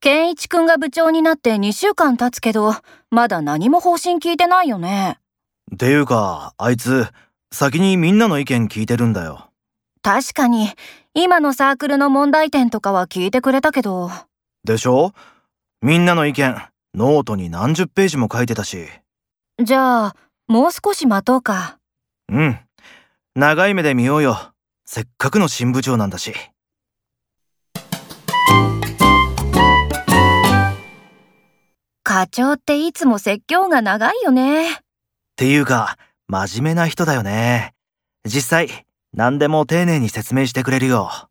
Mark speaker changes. Speaker 1: 一くんが部長になって2週間経つけど、まだ何も方針聞いてないよね。
Speaker 2: ていうか、あいつ、先にみんなの意見聞いてるんだよ。
Speaker 1: 確かに、今のサークルの問題点とかは聞いてくれたけど、
Speaker 2: でしょみんなの意見、ノートに何十ページも書いてたし。
Speaker 1: じゃあ、もう少し待とうか。
Speaker 2: うん。長い目で見ようよ。せっかくの新部長なんだし。
Speaker 1: 課長っていつも説教が長いよね。
Speaker 2: ていうか、真面目な人だよね。実際、何でも丁寧に説明してくれるよ。